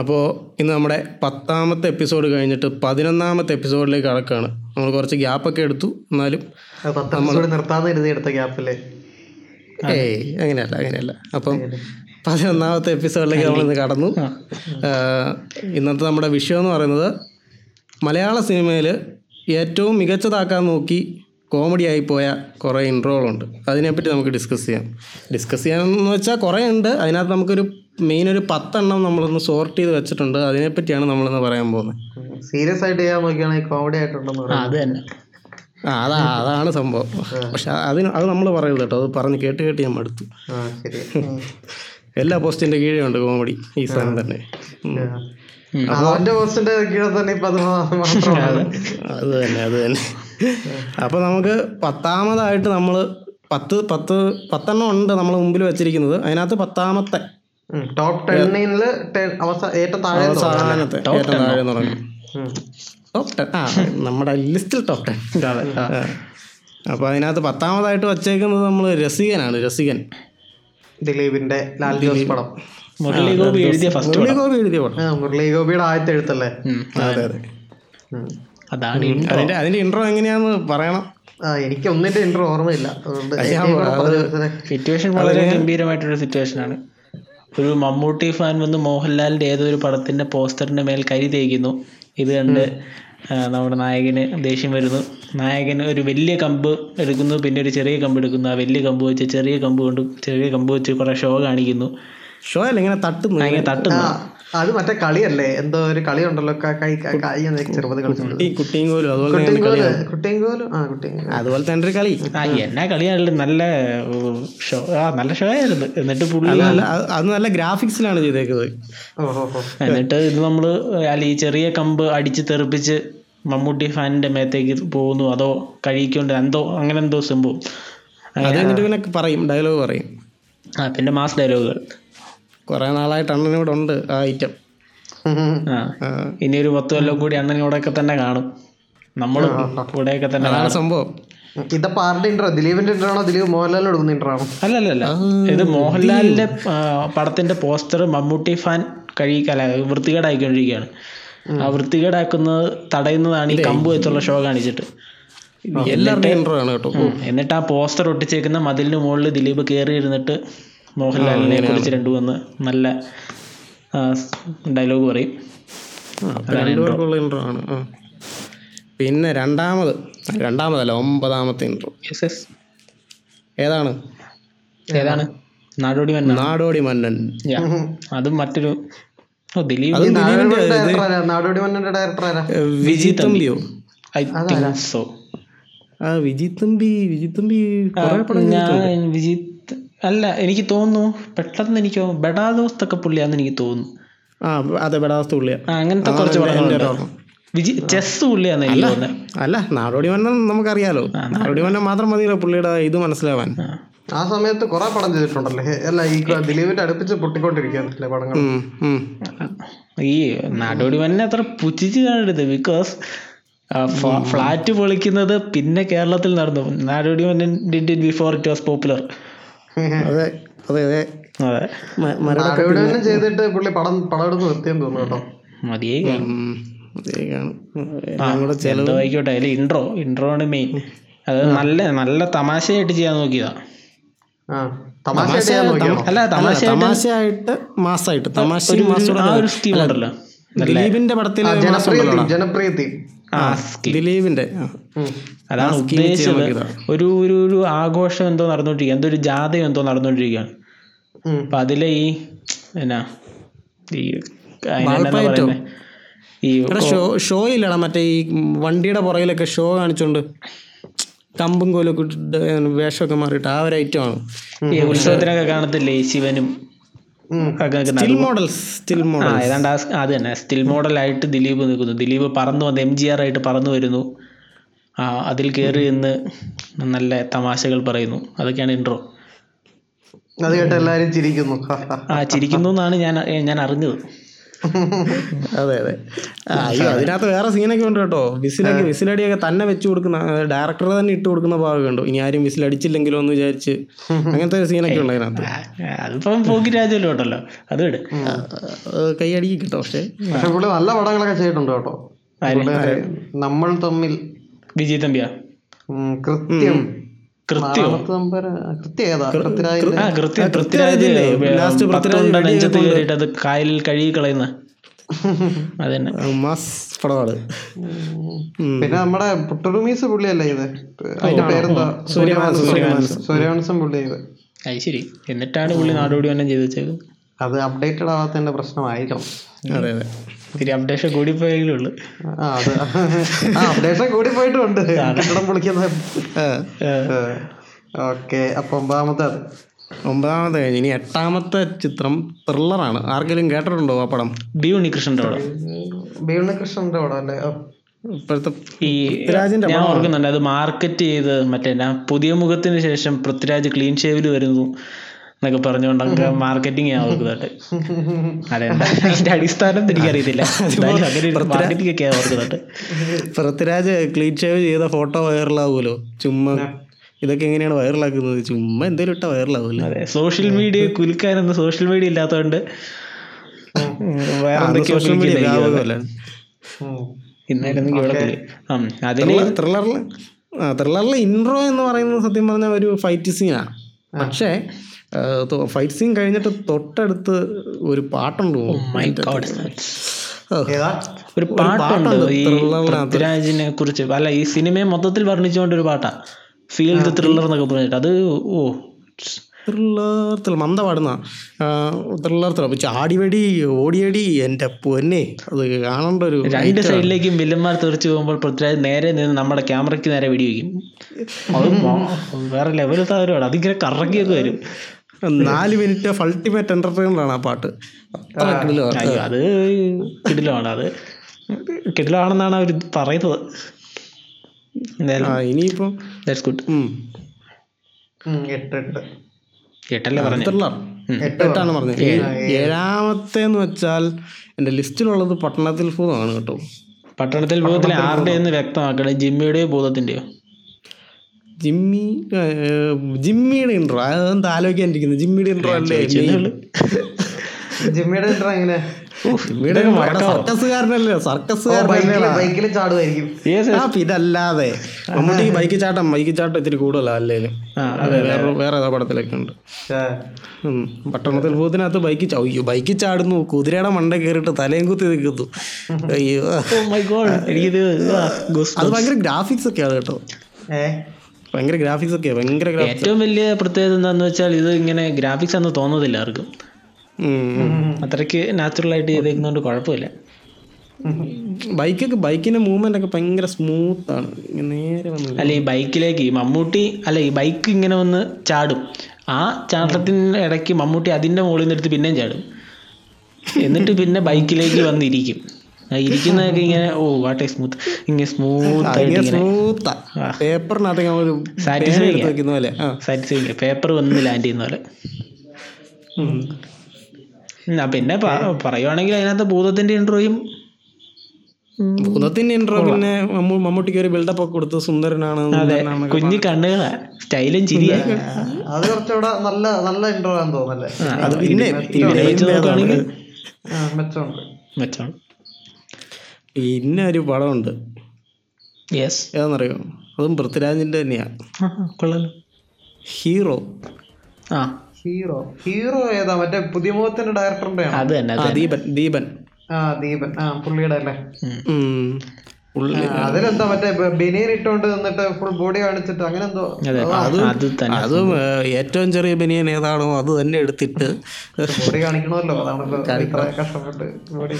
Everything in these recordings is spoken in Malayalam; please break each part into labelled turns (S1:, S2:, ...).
S1: അപ്പോൾ ഇന്ന് നമ്മുടെ പത്താമത്തെ എപ്പിസോഡ് കഴിഞ്ഞിട്ട് പതിനൊന്നാമത്തെ എപ്പിസോഡിലേക്ക് കടക്കുകയാണ് നമ്മൾ കുറച്ച് ഗ്യാപ്പൊക്കെ എടുത്തു എന്നാലും
S2: അത് പത്ത് എപ്പിസോഡ് നിർത്താന്ന് കരുതി എടുത്ത ഗ്യാപ്പല്ലേ
S1: ഏയ് അങ്ങനെയല്ല അങ്ങനെയല്ല അപ്പം പതിനൊന്നാമത്തെ എപ്പിസോഡിലേക്ക് നമ്മൾ ഇന്ന് കടന്നു ആഹ് ഇന്നത്തെ നമ്മുടെ വിഷയം എന്ന് പറയുന്നത് മലയാള സിനിമയിൽ ഏറ്റവും മികച്ചതാക്കാൻ നോക്കി കോമഡി ആയിപ്പോയ കുറേ ഇൻട്രോകളുണ്ട് അതിനെപ്പറ്റി നമുക്ക് ഡിസ്കസ് ചെയ്യാം ഡിസ്കസ് ചെയ്യാമെന്ന് വെച്ചാൽ കുറേ ഉണ്ട് അതിനകത്ത് നമുക്കൊരു മെയിൻ ഒരു പത്തെണ്ണം നമ്മളൊന്ന് സോർട്ട് ചെയ്ത് വെച്ചിട്ടുണ്ട് അതിനെപ്പറ്റിയാണ് നമ്മളിന്ന് പറയാൻ പോകുന്നത്
S2: സീരിയസ് ആയിട്ട് ചെയ്യാൻ നോക്കിയാണെങ്കിൽ കോമഡി ആയിട്ടുണ്ടെന്ന് പറയാം
S3: അത് തന്നെ
S1: ആ അതാ അതാണ് സംഭവം പക്ഷെ അതിന് അത് നമ്മൾ പറയില്ല കേട്ടോ അത് പറഞ്ഞ് കേട്ട് കേട്ട് ഞാൻ മടുത്തു
S2: ആ ശരി
S1: എല്ലാ പോസ്റ്റിൻ്റെ കീഴെയുണ്ട് കോമഡി ഈ സാധനം തന്നെ ഉം.
S2: അവന്റെ പോസ്റ്റിന്റെ കീഴിൽ തന്നെ ഇപ്പൊ അത് മാ- മാത്രമാണ്
S1: അത് തന്നെ അത് തന്നെ അപ്പോൾ നമുക്ക് പത്താമതായിട്ട് നമ്മൾ പത്ത് പത്ത് പത്തെണ്ണം ഉണ്ട് നമ്മൾ മുമ്പിൽ വെച്ചിരിക്കുന്നത് അതിനകത്ത് പത്താമത്തെ
S2: ടോപ്പ് ടെന്നില് അവസാന ഏറ്റവും താഴെ
S1: സാധനത്തെ ഏറ്റവും താഴെ തുടങ്ങി ടോപ്പ് ടെൻ ആ നമ്മുടെ ലിസ്റ്റിൽ ടോപ്പ് ടെൻ അപ്പോൾ അതിനകത്ത് പത്താമതായിട്ട് വച്ചേക്കുന്നത് നമ്മൾ രസികനാണ് രസികൻ
S2: ദിലീപിന്റെ ലാൽ ജോസ് പടം
S3: മുരളി ഗോപി എഴുതിയ ഫസ്റ്റ്
S1: മുരളി ഗോപി എഴുതിയ പടം
S2: ആ, മുരളി ഗോപിയുടെ ആദ്യത്തെ എഴുത്തല്ലേ
S1: അതെ അതെ
S2: ഉം.
S3: അതാണ് ഈ-
S1: അതിന്റെ അതിന്റെ ഇൻട്രോ എങ്ങനെയാന്ന് പറയണം
S2: ആ എനിക്ക് ഒന്നിന്റെ ഇന്റർവ്യൂ ഓർമ്മയില്ല അതുകൊണ്ട് എനിക്ക് ഇവിടെ പറഞ്ഞു തരുന്നത്
S3: സിറ്റുവേഷൻ വളരെ ഗംഭീരമായിട്ടൊരു സിറ്റുവേഷൻ ആണ് ഒരു മമ്മൂട്ടി ഫാൻ വന്ന് മോഹൻലാലിന്റെ ഏതോ ഒരു പടത്തിന്റെ പോസ്റ്ററിന്റെ മേൽ കരി തേക്കുന്നു ഇത് കണ്ട് ആ, നമ്മുടെ നായകന് ദേഷ്യം വരുന്നു നായകന് ഒരു വലിയ കമ്പ് എടുക്കുന്നു പിന്നെ ഒരു ചെറിയ കമ്പ് എടുക്കുന്നു ആ വലിയ കമ്പ് വെച്ച് ചെറിയ കമ്പ് കൊണ്ട് ചെറിയ കമ്പ് വെച്ച് കുറെ ഷോ കാണിക്കുന്നു
S1: ഷോ അല്ല ഇങ്ങനെ തട്ടുന്നു
S3: അങ്ങനെ
S2: ആ,
S3: തട്ടുന്നു
S2: അത് മറ്റേ കളിയല്ലേ എന്തോ ഒരു കളി ഉണ്ടല്ലോ ക- കൈ ക- കൈ എന്നൊക്കെ ചെറുപ്പത്തിൽ കളിച്ചിട്ടുണ്ട്
S1: ഈ കുട്ടിയും കോലും അതുപോലെ തന്നെ
S2: കുട്ടിയെങ്കോല് കുട്ടിയെങ്കോലും ആ കുട്ടിയെങ്കോലും
S1: അതുപോലെ തന്നെ ഒരു കളി
S3: ആ എന്നാ കളിയാണല്ലോ നല്ല ഷോ ആ നല്ല ഷോ ആയിരുന്നു എന്നിട്ട് പുള്ളി
S1: നല്ല അത് അത് നല്ല ഗ്രാഫിക്സിലാണ് ചെയ്തേക്കുന്നത്
S2: ഓഹോ ഹോ
S3: എന്നിട്ട് ഇത് നമ്മൾ അല്ല ഈ ചെറിയ കമ്പ് അടിച്ച് തെറിപ്പിച്ച് മമ്മൂട്ടി ഫാനിന്റെ മേത്തേക്ക് പോകുന്നു അതോ കഴിക്കൊണ്ട് എന്തോ അങ്ങനെ എന്തോ സംഭവം
S1: അത് കഴിഞ്ഞിട്ട് പിന്നെ പറയും ഡയലോഗ് പറയും
S3: ആ പിന്നെ മാസ് ഡയലോഗുകൾ
S1: കുറെ നാളായിട്ട് അണ്ണൻ ഇവിടെ ഉണ്ട് ആ ഐറ്റം
S3: ആ ഇനി ഒരു പത്ത് കൊല്ലം കൂടി അണ്ണൻ ഇവിടെയൊക്കെ തന്നെ കാണും നമ്മളും ഇവിടെയൊക്കെ തന്നെ
S1: അതാണ് സംഭവം
S2: ഇതപ്പോ ആരുടെ ഇന്റർ ദിലീപിന്റെ ഇന്റർ ആണോ ദിലീപ് മോഹൻലാലിന് കൊടുക്കുന്ന ഇന്റർ ആണോ
S3: അല്ല അല്ല അല്ല ഇത് മോഹൻലാലിന്റെ ആ, പടത്തിന്റെ പോസ്റ്റർ മമ്മൂട്ടി ഫാൻ കഴിക്കല വൃത്തികേടായിക്കൊണ്ടിരിക്കുകയാണ് ആ വൃത്തികേടാക്കുന്നത് തടയുന്നതാണ് ഈ കമ്പ് വെച്ചുള്ള ഷോ കാണിച്ചിട്ട്
S1: എല്ലാവരുടെയും ഇൻട്രോ ആണ് കേട്ടോ
S3: ഉം. എന്നിട്ട് ആ പോസ്റ്റർ ഒട്ടിച്ചേക്കുന്ന മതിലിന് മുകളിൽ ദിലീപ് കയറി ഇരുന്നിട്ട് മോഹൻലാലിനെ കുറിച്ച് രണ്ടു വന്ന് നല്ല ഡയലോഗ് പറയും
S1: ആ, അപ്പൊ രണ്ടുപേർക്കുള്ള ഇൻട്രോ ആണ് ആ. പിന്നെ രണ്ടാമത് രണ്ടാമതല്ല ഒമ്പതാമത്തെ ഇൻട്രോ
S3: യെസ് യെസ്
S1: ഏതാണ്
S3: ഏതാണ് നാടോടി മന്ന
S1: നാടോടി മന്നൻ
S3: അതും മറ്റൊരു ഓ ദിലീപ്
S1: അതും ദിലീപിന്റെ
S2: ഡയറക്ടർ ആരാ നാടോടി മന്നന്റെ ഡയറക്ടർ ആരാ
S1: ഏ, വിജയ് തമ്പിയോ
S3: ഐ തിങ്ക് സോ
S1: ആ വിജിത് തമ്പി വിജിത് തമ്പി കുറെ പടം
S3: ഞാൻ വിജിത്ത് അല്ല എനിക്ക് തോന്നുന്നു പെട്ടെന്ന് എനിക്ക് തോന്നുന്നു, ബെഡാ ദോസ്ത് ഒക്കെ പുള്ളിയാന്ന് എനിക്ക് തോന്നുന്നു
S1: ആ അതെ ബെടാസ്തു ഉള്ളിയ
S3: ആ, അങ്ങനത്തെ കുറച്ച് പടങ്ങളുണ്ട് വിജി ചെസ് പുള്ളിയാന്ന് എനിക്ക് തോന്നുന്നത്
S1: അല്ല നാടോടി മന്നൻ നമുക്കറിയാലോ നാടോടി മന്നൻ മാത്രം മതിയല്ലോ പുള്ളിയുടെ ഇത് മനസ്സിലാവാൻ
S2: ആ സമയത്ത് കുറെ പടം ചെയ്തിട്ടുണ്ടല്ലേ അല്ല ഈ ക- ദിലീപിന്റെ അടുപ്പിച്ച് പൊട്ടിക്കൊണ്ടിരിക്കുകയാണല്ലേ പടങ്ങൾ
S1: ഉം, ഉം.
S3: ഈ നാടോടി മന്നെ അത്ര പുച്ഛിച്ച് കാണരുത് ബിക്കോസ് ഫ്ലാറ്റ് പൊളിക്കുന്നത് പിന്നെ കേരളത്തിൽ നടന്നു Nadodi Mannan did it before it was popular
S1: അതെ അതെ അതെ
S3: അതെ
S1: മ- മരട
S2: നാടോടി മന്നൻ ചെയ്തിട്ട് പുള്ളി പടം പടം എടുത്ത് നിർത്തിയെന്ന് തോന്നുന്നു കേട്ടോ
S3: മതിയേ
S1: ഉം, അതേ കാണും. എല്ലാം കൂടെ ചെ-
S3: എന്തോ ആയിക്കോട്ടെ അതിൽ ഇൻട്രോ ഇൻട്രോ ആണ് മെയിൻ അത് നല്ല നല്ല തമാശയായിട്ട് ചെയ്യാൻ നോക്കിയതാ
S2: ആ തമാശയായിട്ട് ചെയ്യാൻ നോക്കിയാണോ
S3: അല്ല തമാശ
S1: തമാശയായിട്ട് മാസമായിട്ട് തമാശയും മാസവും
S3: ആ ഒരു സ്കീം ഉണ്ടല്ലോ
S1: ദിലീപിന്റെ പടത്തിലെ
S2: ജനപ്രിയ തീം ജനപ്രിയ തീം
S3: ആ സ്കീം
S1: ദിലീപിന്റെ ആ.
S3: അതാണ് ഉദ്ദേശിച്ചത് ഒരു ഒരു ഒരു ആഘോഷം എന്തോ നടന്നുകൊണ്ടിരിക്കുക എന്തോ ഒരു ജാഥയോ എന്തോ നടന്നുകൊണ്ടിരിക്കുകയാണ്
S2: ഉം.
S3: അപ്പൊ അതിലെ ഈ എന്നാ ഈ അതിനെന്താ പറയുന്നെ? ഈ
S1: എടാ ഷോ ഷോ ഇല്ലടാ മറ്റേ ഈ വണ്ടിയുടെ പുറകിലൊക്കെ ഷോ കാണിച്ചോണ്ട് കമ്പും കോലൊക്കെ ഇട്ടിട്ട് വേഷമൊക്കെ മാറിയിട്ട് ആ ഒരു ഐറ്റം ആണ്
S3: ഈ ഉത്സവത്തിനൊക്കെ കാണത്തില്ലേ ഈ ശിവനും ഒക്കെ നിൽക്കുന്ന
S1: സ്റ്റിൽ മോഡൽസ് സ്റ്റിൽ
S3: ആ
S1: മോഡൽ
S3: ഏതാണ്ട് ആ സ്- അത് തന്നെ സ്റ്റിൽ മോഡലായിട്ട് ദിലീപ് നിൽക്കുന്നു ദിലീപ് പറന്നു വന്ന് എം ജി ആർ ആയിട്ട് പറന്നു വരുന്നു ആ അതിൽ കയറി നിന്ന് നല്ല തമാശകൾ പറയുന്നു അതൊക്കെയാണ് ഇൻട്രോ
S2: അത് കേട്ട് എല്ലാരും ചിരിക്കുന്നു
S3: ആ ചിരിക്കുന്നു എന്നാണ് ഞാൻ ഞാൻ അറിഞ്ഞത്
S1: അതെ അതെ ആ, അയ്യോ അതിനകത്ത് വേറെ സീനൊക്കെ ഉണ്ട് കേട്ടോ വിസിലൊക്കെ വിസിലടിയൊക്കെ തന്നെ വെച്ച് കൊടുക്കുന്ന ഡയറക്ടർ തന്നെ ഇട്ട് കൊടുക്കുന്ന ഭാഗമൊക്കെ ഉണ്ട് ഇനി ആരും വിസിലടിച്ചില്ലെങ്കിലോ എന്ന് വിചാരിച്ച് അങ്ങനത്തെ ഒരു സീനൊക്കെ ഉണ്ട് അതിനകത്ത്
S3: അതിപ്പം പോക്കി രാജല്ലോ ഉണ്ടല്ലോ അത് വിട്
S1: അത് കൈയടിക്കും കേട്ടോ പക്ഷേ
S2: പക്ഷെ പുള്ളി നല്ല പടങ്ങളൊക്കെ ചെയ്തിട്ടുണ്ട് കേട്ടോ പുള്ളിയുടെ നമ്മൾ തമ്മിൽ
S3: വിജയ് തമ്പിയാ
S2: ഉം, കൃത്യം
S3: കൃത്യോ
S2: തമ്പര കൃത്യം ഏതാ പൃഥ്വിരാജിന്റെ
S3: ആ കൃത്യം പൃഥ്വിരാജ്
S1: ലാസ്റ്റ്
S3: പത്തോണ്ട നെഞ്ചത്ത് കയറിയിട്ട് അത് കായലിൽ കഴുകി കളയുന്ന അതന്നെ
S1: മാസ് പടമാണ്
S2: പിന്നെ നമ്മുടെ പുട്ടറുമീസ് പുള്ളിയല്ലേ ഇത് അതിന്റെ പേരെന്താ സൂര്യവംശം സൂര്യവംശം പുള്ളി ചെയ്ത്
S3: അത് ശരി എന്നിട്ടാണ് പുള്ളി നാടോടി വന്നെ ചെയ്തത്
S2: അത് അപ്ഡേറ്റഡ് ആവാത്തതിന്റെ പ്രശ്നമായിരിക്കണം
S1: അതെ അതെ
S3: ഇത്തിരി അപ്ഡേഷൻ കൂടി പോയെങ്കിലും ഉള്ളു
S2: ആ അത് ആ അപ്ഡേഷൻ കൂടി പോയിട്ടുണ്ട് കെട്ടിടം പൊളിക്കുന്ന
S1: ആ,
S2: ഓക്കെ അപ്പൊ ഒമ്പതാമത്തെ അത്
S1: ഒമ്പതാമത്തെ കഴിഞ്ഞ് ഇനി എട്ടാമത്തെ ചിത്രം ത്രില്ലറാണ് ആർക്കെങ്കിലും കേട്ടിട്ടുണ്ടോ ആ പടം
S3: ബി ഉണ്ണികൃഷ്ണന്റെ അവിടെ
S2: ഭീമണകൃഷ്ണന്റെ പടം അല്ലേ ഓ.
S1: ഇപ്പോഴത്തെ
S3: ഈ ഞാൻ ഓർക്കുന്നുണ്ട് അത് മാർക്കറ്റ് ചെയ്ത് മറ്റേ ഞാൻ പുതിയ മുഖത്തിന് ശേഷം പൃഥ്വിരാജ് ക്ലീൻ ഷേവിൽ വരുന്നു എന്നൊക്കെ പറഞ്ഞുകൊണ്ട് അങ്ങ് മാർക്കറ്റിംഗ് ഞാൻ ഓർക്കുന്നതായിട്ട് അതെന്താ അതിന്റെ അടിസ്ഥാനം എനിക്കറിയത്തില്ല എന്തായാലും അങ്ങനെ ഒരു marketing ഒക്കെ ഞാൻ ഓർക്കുന്നതായിട്ട്
S1: പൃഥ്വിരാജ് ക്ലീൻ ഷേവ് ചെയ്ത ഫോട്ടോ വൈറലാവുമല്ലോ ചുമ്മാ ഇതൊക്കെ എങ്ങനെയാണ് വൈറലാക്കുന്നത് ചുമ്മാ എന്തേലും ഇട്ടാ വൈറലാവുമല്ലോ
S3: അതെ സോഷ്യൽ മീഡിയ കുലുക്കാനൊന്നും സോഷ്യൽ മീഡിയ ഇല്ലാത്തതുകൊണ്ട് ഉം, വേറെ എന്തൊക്കെയോ
S1: സോഷ്യൽ
S3: കുലുക്കി
S1: മീഡിയ
S3: ഇതായി.
S1: ആവുമല്ലോ
S2: ഉം.
S3: ഇന്നായിരുന്നു ഇവിടെ കുലി ഉം, അതിന്
S1: ത്രില്ലറിൽ ആ ത്രില്ലറിലെ ഇൻട്രോ എന്ന് പറയുന്നത് സത്യം പറഞ്ഞ ഒരു ഫൈറ്റ് സീനാണ് പക്ഷേ ഫൈറ്റ് സീൻ കഴിഞ്ഞിട്ട് തൊട്ടടുത്ത് ഒരു പാട്ടുണ്ട് തോന്നുന്നു.
S3: Oh My God.
S1: ഓ,
S2: ഏതാ
S3: ഒരു പാട്ടുണ്ട് ഈ പൃഥ്വിരാജിനെ കുറിച്ച് അല്ല ഈ സിനിമയെ മൊത്തത്തിൽ വർണ്ണിച്ചുകൊണ്ട് ഒരു പാട്ടാ ഫീൽഡ് ത്രില്ലർ എന്നൊക്കെ പറഞ്ഞിട്ട് അത് ഓ
S1: ത്രില്ലർ ത്രില്ലർ മന്ദ പാടുന്ന ത്രില്ലർ ത്രില്ലർ ചാടിവെടി ഓടിയടി എൻ്റെ പൊന്നെ അത് കാണേണ്ട ഒരു
S3: രണ്ട് സൈഡിലേക്കും വില്ലന്മാർ തെറിച്ച് പോകുമ്പോൾ പൃഥ്വിരാജ് നേരെ നിന്ന് നമ്മുടെ ക്യാമറയ്ക്ക് നേരെ വെടിവെക്കും അത് മോ- വേറെ ലെവൽ താരമാണ് അതിങ്ങനെ കറങ്ങിയൊക്കെ വരും
S1: നാല് മിനിറ്റ് അൾട്ടിമേറ്റ് എൻ്റർടൈനറാണ് ആ പാട്ട് അത്ര കിടിലമാ.
S3: അയ്യോ അത് കിടിലമാണ് അത് കിടിലാണെന്നാണ് അവർ പറയുന്നത് എന്തായാലും
S1: ആ ഇനിയിപ്പോൾ
S3: ദാറ്റ്സ് ഗുഡ്
S2: ഉം, എട്ട് എട്ട്
S3: കേട്ടല്ലേ പറഞ്ഞു
S1: ത്രില്ലർ എട്ടാണ് പറഞ്ഞത് ഏഴാമത്തെ എന്ന് വെച്ചാൽ എൻ്റെ ലിസ്റ്റിലുള്ളത് പട്ടണത്തിൽ ഭൂതമാണ് കേട്ടോ
S3: പട്ടണത്തിൽ ഭൂതത്തിൽ ആരുടെ എന്ന് വ്യക്തമാക്കണേ ജിമ്മിയുടെയോ ഭൂതത്തിന്റെയോ
S1: ജിമ്മി ഏ, ജിമ്മിയുടെ ഇൻട്രോ അതെന്താ ആലോചിക്കാൻ ഇരിക്കുന്നത് ജിമ്മിയുടെ ഇൻട്രോ അല്ലേ main?
S2: ജിമ്മിയുടെ എത്ര എങ്ങനെ
S1: ജിമ്മിയുടെ intro അവിടെ സർക്കസുകാരനല്ലേ സർക്കസുകാരനല്ലേ
S2: ബൈക്കില് ബൈക്കില് ചാടുമായിരിക്കും
S1: ആ ഇതല്ലാതെ മമ്മൂട്ടി ബൈക്ക് ചാട്ടം ബൈക്ക് ചാട്ടം ഇത്തിരി കൂടുതലാണ് അല്ലേലും വേറെ വേറെ ഏതോ പടത്തിലൊക്കെ ഉണ്ട്
S2: ആ.
S1: ഉം. പട്ടണത്തിൽ ഭൂത്തിനകത്ത് ബൈക്ക് ചാ- അയ്യോ ബൈക്ക് ചാടുന്നു കുതിരയുടെ മണ്ട കയറിയിട്ട് തലയും കുത്തി നിൽക്കുന്നു അയ്യോ
S3: മൈ ഗോഡ് എനിക്കിത് ആ, goosebumps.
S1: അത് ഭയങ്കര ഗ്രാഫിക്സ് ഒക്കെയാണ് കേട്ടോ
S2: ഏ
S1: ഭയങ്കര ഗ്രാഫിക്സ് ഒക്കെയാണ് ഭയങ്കര ഗ്രാ-
S3: ഏറ്റവും വലിയ പ്രത്യേകത എന്താന്ന് വെച്ചാൽ ഇത് ഇങ്ങനെ ഗ്രാഫിക്സ് ഒന്നും തോന്നുന്നില്ല ആർക്കും
S1: ഉം, ഉം.
S3: അത്രയ്ക്ക് നാച്ചുറൽ ആയിട്ട് ചെയ്തേക്കുന്നതുകൊണ്ട് കുഴപ്പമില്ല
S1: ബൈക്കൊക്കെ ബൈക്കിന്റെ മൂവ്മെന്റ് ഒക്കെ ഭയങ്കര സ്മൂത്ത് ആണ് ഇങ്ങനെ നേരെ വന്ന്
S3: അല്ല ഈ ബൈക്കിലേക്ക് ഈ മമ്മൂട്ടി അല്ല ഈ ബൈക്ക് ഇങ്ങനെ വന്ന് ചാടും ആ ചാട്ടത്തിന് ഇടയ്ക്ക് മമ്മൂട്ടി അതിന്റെ മുകളിൽ നിന്ന് എടുത്ത് പിന്നെയും ചാടും എന്നിട്ട് പിന്നെ ബൈക്കിലേക്ക് വന്നിരിക്കും ആ ഇരിക്കുന്നതൊക്കെ ഇങ്ങനെ ഓ വാട്ടെ സ്മൂത്ത് ഇങ്ങനെ സ്മൂത്ത് ആയിട്ട് ഇങ്ങനെ
S1: സ്മൂത്താ പേപ്പറിനകത്ത് ഒരു
S3: സാറ്റിസ്ഫൈ
S1: എടുത്ത് വെക്കുന്ന പോലെ ആ
S3: സാറ്റിസ്ഫൈ പേപ്പർ വന്ന് ലാൻഡ് ചെയ്യുന്ന പോലെ ഉം, ആ പിന്നെ പ- പറയുവാണെങ്കിൽ അതിനകത്ത് ഭൂതത്തിന്റെ ഇൻട്രോയും
S1: ഭൂതത്തിന്റെ ഇൻട്രോ പിന്നെ മമ്മൂ- മമ്മൂട്ടിക്ക് ഒരു ബിൽഡപ്പ് ഒക്കെ കൊടുത്ത് സുന്ദരനാണ് സുന്ദരനാണ്
S3: കുഞ്ഞു കണ്ണുകളാ സ്റ്റൈലും ചിരിയാ
S2: അത് കുറച്ചുകൂടെ നല്ല നല്ല ഇൻട്രോ ആണെന്ന് തോന്നല്ലേ
S1: അത് പിന്നെ
S3: ഇവിടെ വെച്ച് നോക്കുകയാണെങ്കിൽ
S2: ആ, മെച്ചമുണ്ട്
S3: മെച്ചമാണ്
S1: പിന്നെ ഒരു പടമുണ്ട്
S3: യെസ്
S1: ഏതാണെന്നറിയോ അതും പൃഥ്വിരാജിന്റെ തന്നെയാണ്
S3: കൊള്ളാലോ
S1: ഹീറോ
S3: ആ
S2: ഹീറോ ഹീറോ ഏതാ മറ്റേ പുതിയ മുഖത്തിന്റെ ഡയറക്ടറിന്റെ
S3: അത് തന്നെ
S1: ആ
S3: അത്
S1: ദീപൻ ദീപൻ
S2: ആ ദീപൻ ആ പുള്ളിയുടെ അല്ലേ
S1: ഉം. ഉള്ളി-
S2: ആ, അതിലെന്താ മറ്റേ ബനിയൻ ഇട്ടോണ്ട് നിന്നിട്ട് ഫുൾ ബോഡി കാണിച്ചിട്ട് അങ്ങനെ എന്തോ
S3: അതെ അത് തന്നെ
S1: അതും ഏ, ഏറ്റവും ചെറിയ ബനിയൻ ഏതാണോ അത് തന്നെ എടുത്തിട്ട്
S2: ബോഡി കാണിക്കണമല്ലോ അതാണല്ലോ ഇത്ര കഷ്ടപ്പെട്ട് ബോഡി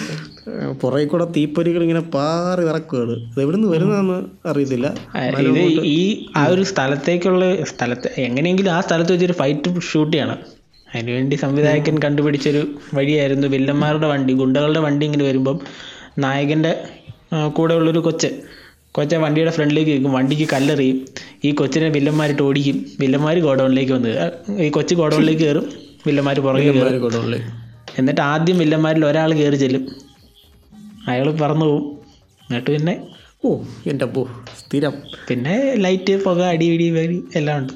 S1: പുറകെ കൂടെ തീപ്പൊരികൾ ഇങ്ങനെ പാറി ഇറക്കുകയാണ് ഇത് എവിടെ നിന്ന് വരുന്നതെന്ന് അറിയത്തില്ല
S3: ആ, ഇത് ഈ ആ ഒരു സ്ഥലത്തേക്കുള്ള സ്ഥലത്തെ എങ്ങനെയെങ്കിലും ആ സ്ഥലത്ത് വെച്ചൊരു ഫൈറ്റ് ഷൂട്ട് ചെയ്യണം അതിനുവേണ്ടി സംവിധായകൻ കണ്ടുപിടിച്ചൊരു വഴിയായിരുന്നു വില്ലന്മാരുടെ വണ്ടി ഗുണ്ടകളുടെ വണ്ടി ഇങ്ങനെ വരുമ്പം നായകൻ്റെ ആ, കൂടെ ഉള്ളൊരു കൊച്ച് കൊച്ച വണ്ടിയുടെ ഫ്രണ്ടിലേക്ക് വെക്കും വണ്ടിക്ക് കല്ലെറിയും ഈ കൊച്ചിനെ വില്ലന്മാരിട്ട് ഓടിക്കും വില്ലന്മാർ ഗോഡൗണിലേക്ക് വന്ന് കേ- ഈ കൊച്ച് ഗോഡൗണിലേക്ക് കയറും വില്ലന്മാർ പുറകെ കയറും
S1: കൊടുള്ളി
S3: എന്നിട്ട് ആദ്യം വില്ലന്മാരിൽ ഒരാൾ കയറി ചെല്ലും അയാൾ പറന്നു പോവും എന്നിട്ട് പിന്നെ
S1: ഓ എൻ്റെ പോ സ്ഥിരം
S3: പിന്നെ ലൈറ്റ് പുക അടി ഇടി വരി എല്ലാം ഉണ്ട്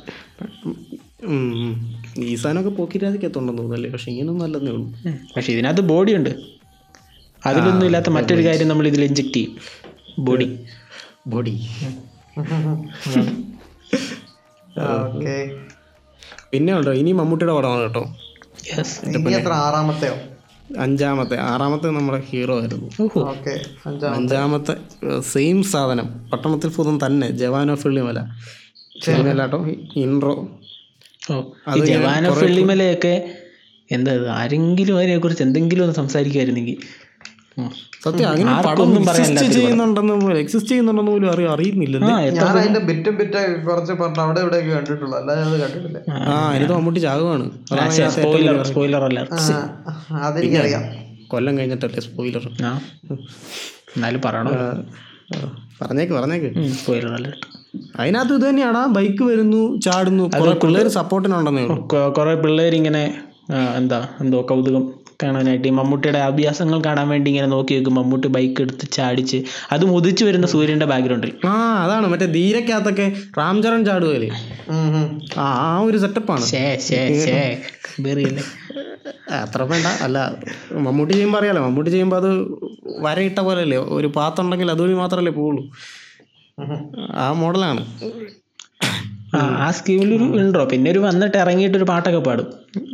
S1: ഉം. ഈ സാധനമൊക്കെ പോക്കിരാതിക്കത്തുണ്ടെന്ന് തോന്നുന്നല്ലേ പക്ഷെ ഇങ്ങനൊന്നും അല്ലെന്നേ ഉള്ളൂ
S3: ഉം. പക്ഷെ ഇതിനകത്ത് ബോഡി ഉണ്ട് അതിലൊന്നും ഇല്ലാത്ത മറ്റൊരു കാര്യം നമ്മൾ ഇതിൽ ഇഞ്ചെക്ട് ചെയ്യും ബോഡി
S1: ബോഡി
S2: ഓക്കെ
S1: പിന്നെ ഉണ്ടോ ഇനി മമ്മൂട്ടിയുടെ പടമാണ് കേട്ടോ
S3: യെസ്
S2: ഇനി എത്ര ആറാമത്തെയോ
S1: അഞ്ചാമത്തെ ആറാമത്തെ നമ്മുടെ ഹീറോ ആയിരുന്നു
S2: ഓക്കെ അഞ്ചാം
S1: അഞ്ചാമത്തെ സെയിം സാധനം പട്ടണത്തിൽ ഭൂതം തന്നെ ജവാനോ ഫിള്ളിമല ഫിള്ളിമലാട്ടോ ഇൻട്രോ
S3: ഓ ഈ ജവാന ഫിള്ളിമലയൊക്കെ എന്താ ഇത്? ആരെങ്കിലും അതിനെ കുറിച്ച് എന്തെങ്കിലും ഒന്ന് സംസാരിക്കുമായിരുന്നെങ്കിൽ ഉം.
S1: സത്യം അങ്ങനെ പടം എക്സിസ്റ്റ് ചെയ്യുന്നുണ്ടെന്ന് പോലും എക്സിസ്റ്റ് ചെയ്യുന്നുണ്ടെന്ന് പോലും അറിയാം അറിയുന്നില്ല
S3: ആ എത്ര
S2: ഞാൻ അതിന്റെ ബിറ്റും ബിറ്റായി കുറച്ച് പറഞ്ഞു അവിടെ ഇവിടെയൊക്കെ കണ്ടിട്ടുള്ളൂ അല്ലാതെ അത് കണ്ടിട്ടില്ല
S1: ആ എനിക്ക് മമ്മൂട്ടി ചാകുവാണ് അതാണ് അതിനകത്ത്
S3: സ്പോയിലർ സ്പോയിലർ അല്ല
S2: ആ, അതെനിക്കറിയാം
S1: കൊല്ലം കഴിഞ്ഞിട്ടല്ലേ സ്പോയിലർ
S3: ആ എന്നാലും പറയണോ
S1: പറഞ്ഞേക്ക് പറഞ്ഞേക്ക്
S3: സ്പോയിലർ അലർട്ട്
S1: അതിനകത്ത് ഇത് തന്നെയാണ് ബൈക്ക് വരുന്നു ചാടുന്നു കുറെ പിള്ളേർ സപ്പോർട്ടിനുണ്ടെന്നേ ഉള്ളൂ
S3: കുറെ പിള്ളേരിങ്ങനെ ആ, എന്താ എന്തോ കൗതുകം കാണാനായിട്ട് ഈ മമ്മൂട്ടിയുടെ അഭ്യാസങ്ങൾ കാണാൻ വേണ്ടി ഇങ്ങനെ നോക്കി വെക്കും മമ്മൂട്ടി ബൈക്ക് എടുത്ത് ചാടിച്ച് അത് മുതിച്ചു വരുന്ന സൂര്യന്റെ ബാക്ക്ഗ്രൗണ്ടിൽ
S1: ആ അതാണ് മറ്റേ ധീരക്കകത്തൊക്കെ റാം ചരൺ ചാടുകയില്ലേ
S2: ഉം, ഉം.
S1: ആ ആ ഒരു സെറ്റപ്പാണ്
S3: ഷേ ഷേ ഷേ വെറിയല്ലേ
S1: അത്ര വേണ്ട അല്ല മമ്മൂട്ടി ചെയ്യുമ്പോൾ അറിയാലോ മമ്മൂട്ടി ചെയ്യുമ്പോൾ അത് വരയിട്ട പോലെയല്ലേ ഒരു പാത്തുണ്ടെങ്കിൽ അതുവഴി മാത്രമല്ലേ പോവുള്ളൂ ആ മോഡലാണ്
S3: ആ, ആ സ്കീമിലൊരു ഇൻട്രോ പിന്നെ ഒരു വന്നിട്ട് ഇറങ്ങിയിട്ട് ഒരു പാട്ടൊക്കെ പാടും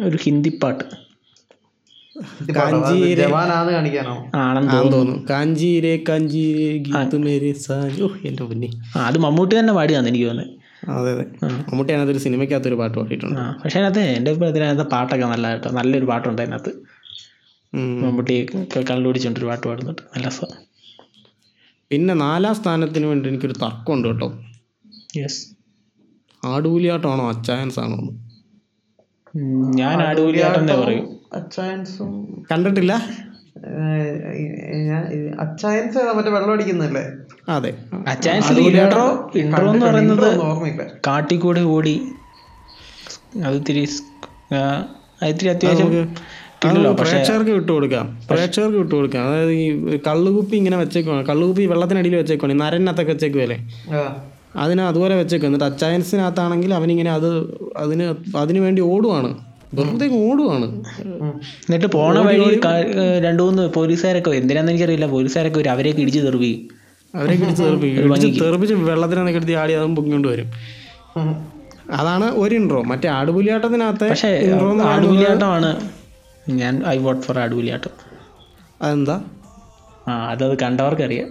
S3: ഒരു ഹിന്ദി പാട്ട്
S2: ഇതിപ്പോ അത് ജവാനാന്ന് കാണിക്കാനോ
S3: ആണെന്ന്
S1: ആന്ന് തോന്നുന്നു കാഞ്ചീരേ കാഞ്ചീരേ ഗീത്ത് മേരെ സാജോ എൻ്റെ പൊന്നി
S3: ആ, അത് മമ്മൂട്ടി തന്നെ പാടിയാന്ന് എനിക്ക് തോന്നുന്നത്
S1: അതെ അതെ മമ്മൂട്ടി അതിനകത്തൊരു സിനിമയ്ക്കകത്തൊരു പാട്ട് പാടിയിട്ടുണ്ട്
S3: ആ പക്ഷെ അതിനകത്ത് എൻ്റെ അഭിപ്രായത്തിനകത്ത് പാട്ടൊക്കെ നല്ല കേട്ടോ നല്ലൊരു പാട്ടുണ്ട് അതിനകത്ത്
S1: ഉം.
S3: മമ്മൂട്ടി കണ്ടുപിടിച്ചുകൊണ്ട് ഒരു പാട്ട് പാടുന്നുണ്ട് നല്ല രസം
S1: പിന്നെ നാലാം സ്ഥാനത്തിന് വേണ്ടി എനിക്കൊരു തർക്കമുണ്ട് കേട്ടോ
S3: യെസ്
S1: ആടൂലിയാട്ടമാണോ അച്ചായൻസ് ആണോ എന്ന്.
S3: ഞാൻ അടിപൊളിയാട്ടെന്നേ പറയും
S2: അച്ചായൻസും
S1: കണ്ടിട്ടില്ല
S2: അച്ചായൻസ് മറ്റേ വെള്ളം അടിക്കുന്നല്ലേ
S1: അതെ
S3: അച്ചാൻസ് ഇൻട്രോ ഇൻട്രോ എന്ന് പറയുന്നത്
S2: ഒന്നും ഓർമ്മയില്ല
S3: കാട്ടിക്കൂടെ ഓടി അത് ഇത്തിരി സ്- ആ, അത് ഇത്തിരി അത്യാവശ്യം കിട്ടില്ലല്ലോ പക്ഷെ
S1: പ്രേക്ഷകർക്ക് വിട്ടുകൊടുക്കാം പ്രേക്ഷകർക്ക് വിട്ടുകൊടുക്കാം അതായത് ഈ കള്ളുകുപ്പി ഇങ്ങനെ വെച്ചേക്കുവാണ് കള്ളുകുപ്പി വെള്ളത്തിനടിയിൽ വെച്ചേക്കുവാണ് ഈ നരനകത്തൊക്കെ വെച്ചേക്കുവല്ലേ
S2: ആ,
S1: അതിന് അതുപോലെ വെച്ചേക്കും എന്നിട്ട് അച്ചായൻസിനകത്താണെങ്കിൽ അവനിങ്ങനെ അത് അതിന് അതിനു വേണ്ടി ഓടുവാണ് വെറുതെ ഓടുവാണ്
S3: എന്നിട്ട് പോണ വഴി കാ- ഏ, രണ്ടു മൂന്ന് പോലീസുകാരൊക്കെ എന്തിനാന്ന് എനിക്കറിയില്ല പോലീസുകാരൊക്കെ വരും അവരെയൊക്കെ ഇടിച്ച് തെറിവി
S1: അവരെ പിടിച്ച് തെറിപ്പിക്കും പിടിച്ച് തെറിപ്പിച്ച് വെള്ളത്തിനെ കിടത്തി ആടി അതും പൊങ്ങിക്കൊണ്ട് വരും
S2: ഉം.
S1: അതാണ് ഒരു ഇൻട്രോ മറ്റേ ആടുപുലിയാട്ടത്തിനകത്തെ
S3: പക്ഷേ
S1: ഇൻട്രോ എന്ന്
S3: അടിപൊളിയാട്ടമാണ് ഞാൻ ഐ വോട്ട് ഫോർ അടിപൊളിയാട്ടം
S1: അതെന്താ
S3: ആ അതത് കണ്ടവർക്കറിയാം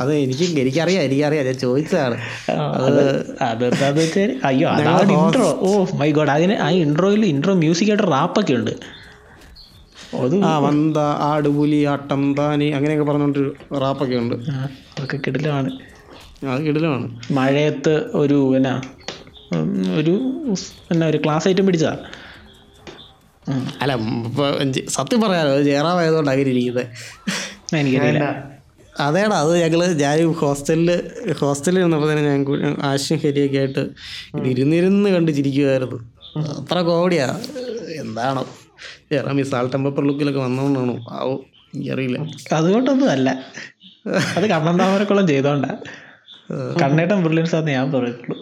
S1: അത് എനിക്ക് എനിക്കറിയാം എനിക്കറിയാം ഞാൻ ചോദിച്ചതാണ്
S3: ആ, അത് അത് അത് ശരി. അയ്യോ അതാ ഇൻട്രോ ഓ മൈ ഗോഡ് അതിന് ആ ഇൻട്രോയിൽ ഇൻട്രോ മ്യൂസിക് ആയിട്ട് റാപ്പൊക്കെ ഉണ്ട് അത്
S1: ആ വന്ത ആടുപുലി ആട്ടം താനി അങ്ങനെയൊക്കെ പറഞ്ഞുകൊണ്ട് റാപ്പൊക്കെ ഉണ്ട്
S3: ആ, അതൊക്കെ കിടിലമാണ്
S1: അത് കിടലാണ്
S3: മഴയത്ത് ഒരു എന്നാ ഉം, ഒരു സ്- എന്നാ ഒരു ക്ലാസ് ഐറ്റം പിടിച്ചതാ ഉം,
S1: അല്ല ഉം, ഇപ്പൊ ജെ- സത്യം പറയാലോ അത് ജയറാം ആയതുകൊണ്ട് അങ്ങനെ ഇരിക്കുന്നത്
S3: എനിക്കറിയില്ല
S1: അതേടാ അത് ഞങ്ങൾ ഞാൻ ഹോസ്റ്റലിൽ ഹോസ്റ്റലിൽ ഇരുന്നപ്പോൾ തന്നെ ഞാൻ കു- ആശയും ഹരിയൊക്കെ ആയിട്ട് ഇത് ഇരുന്നിരുന്ന് കണ്ട് ചിരിക്കുമായിരുന്നു അത്ര കോമഡിയാ എന്താണോ ജയറാം ഈ സാൾട്ടൻ പേപ്പർ ലുക്കിലൊക്കെ വന്നോണ്ടാണോ ആവോ എനിക്കറിയില്ല
S3: അതുകൊണ്ടൊന്നും അല്ല അത് കണ്ണൻ താമരക്കുളം ചെയ്തോണ്ടാ കണ്ണേട്ടൻ ബ്രില്യൻസ് ആണെന്ന് ഞാൻ പറയത്തുള്ളൂ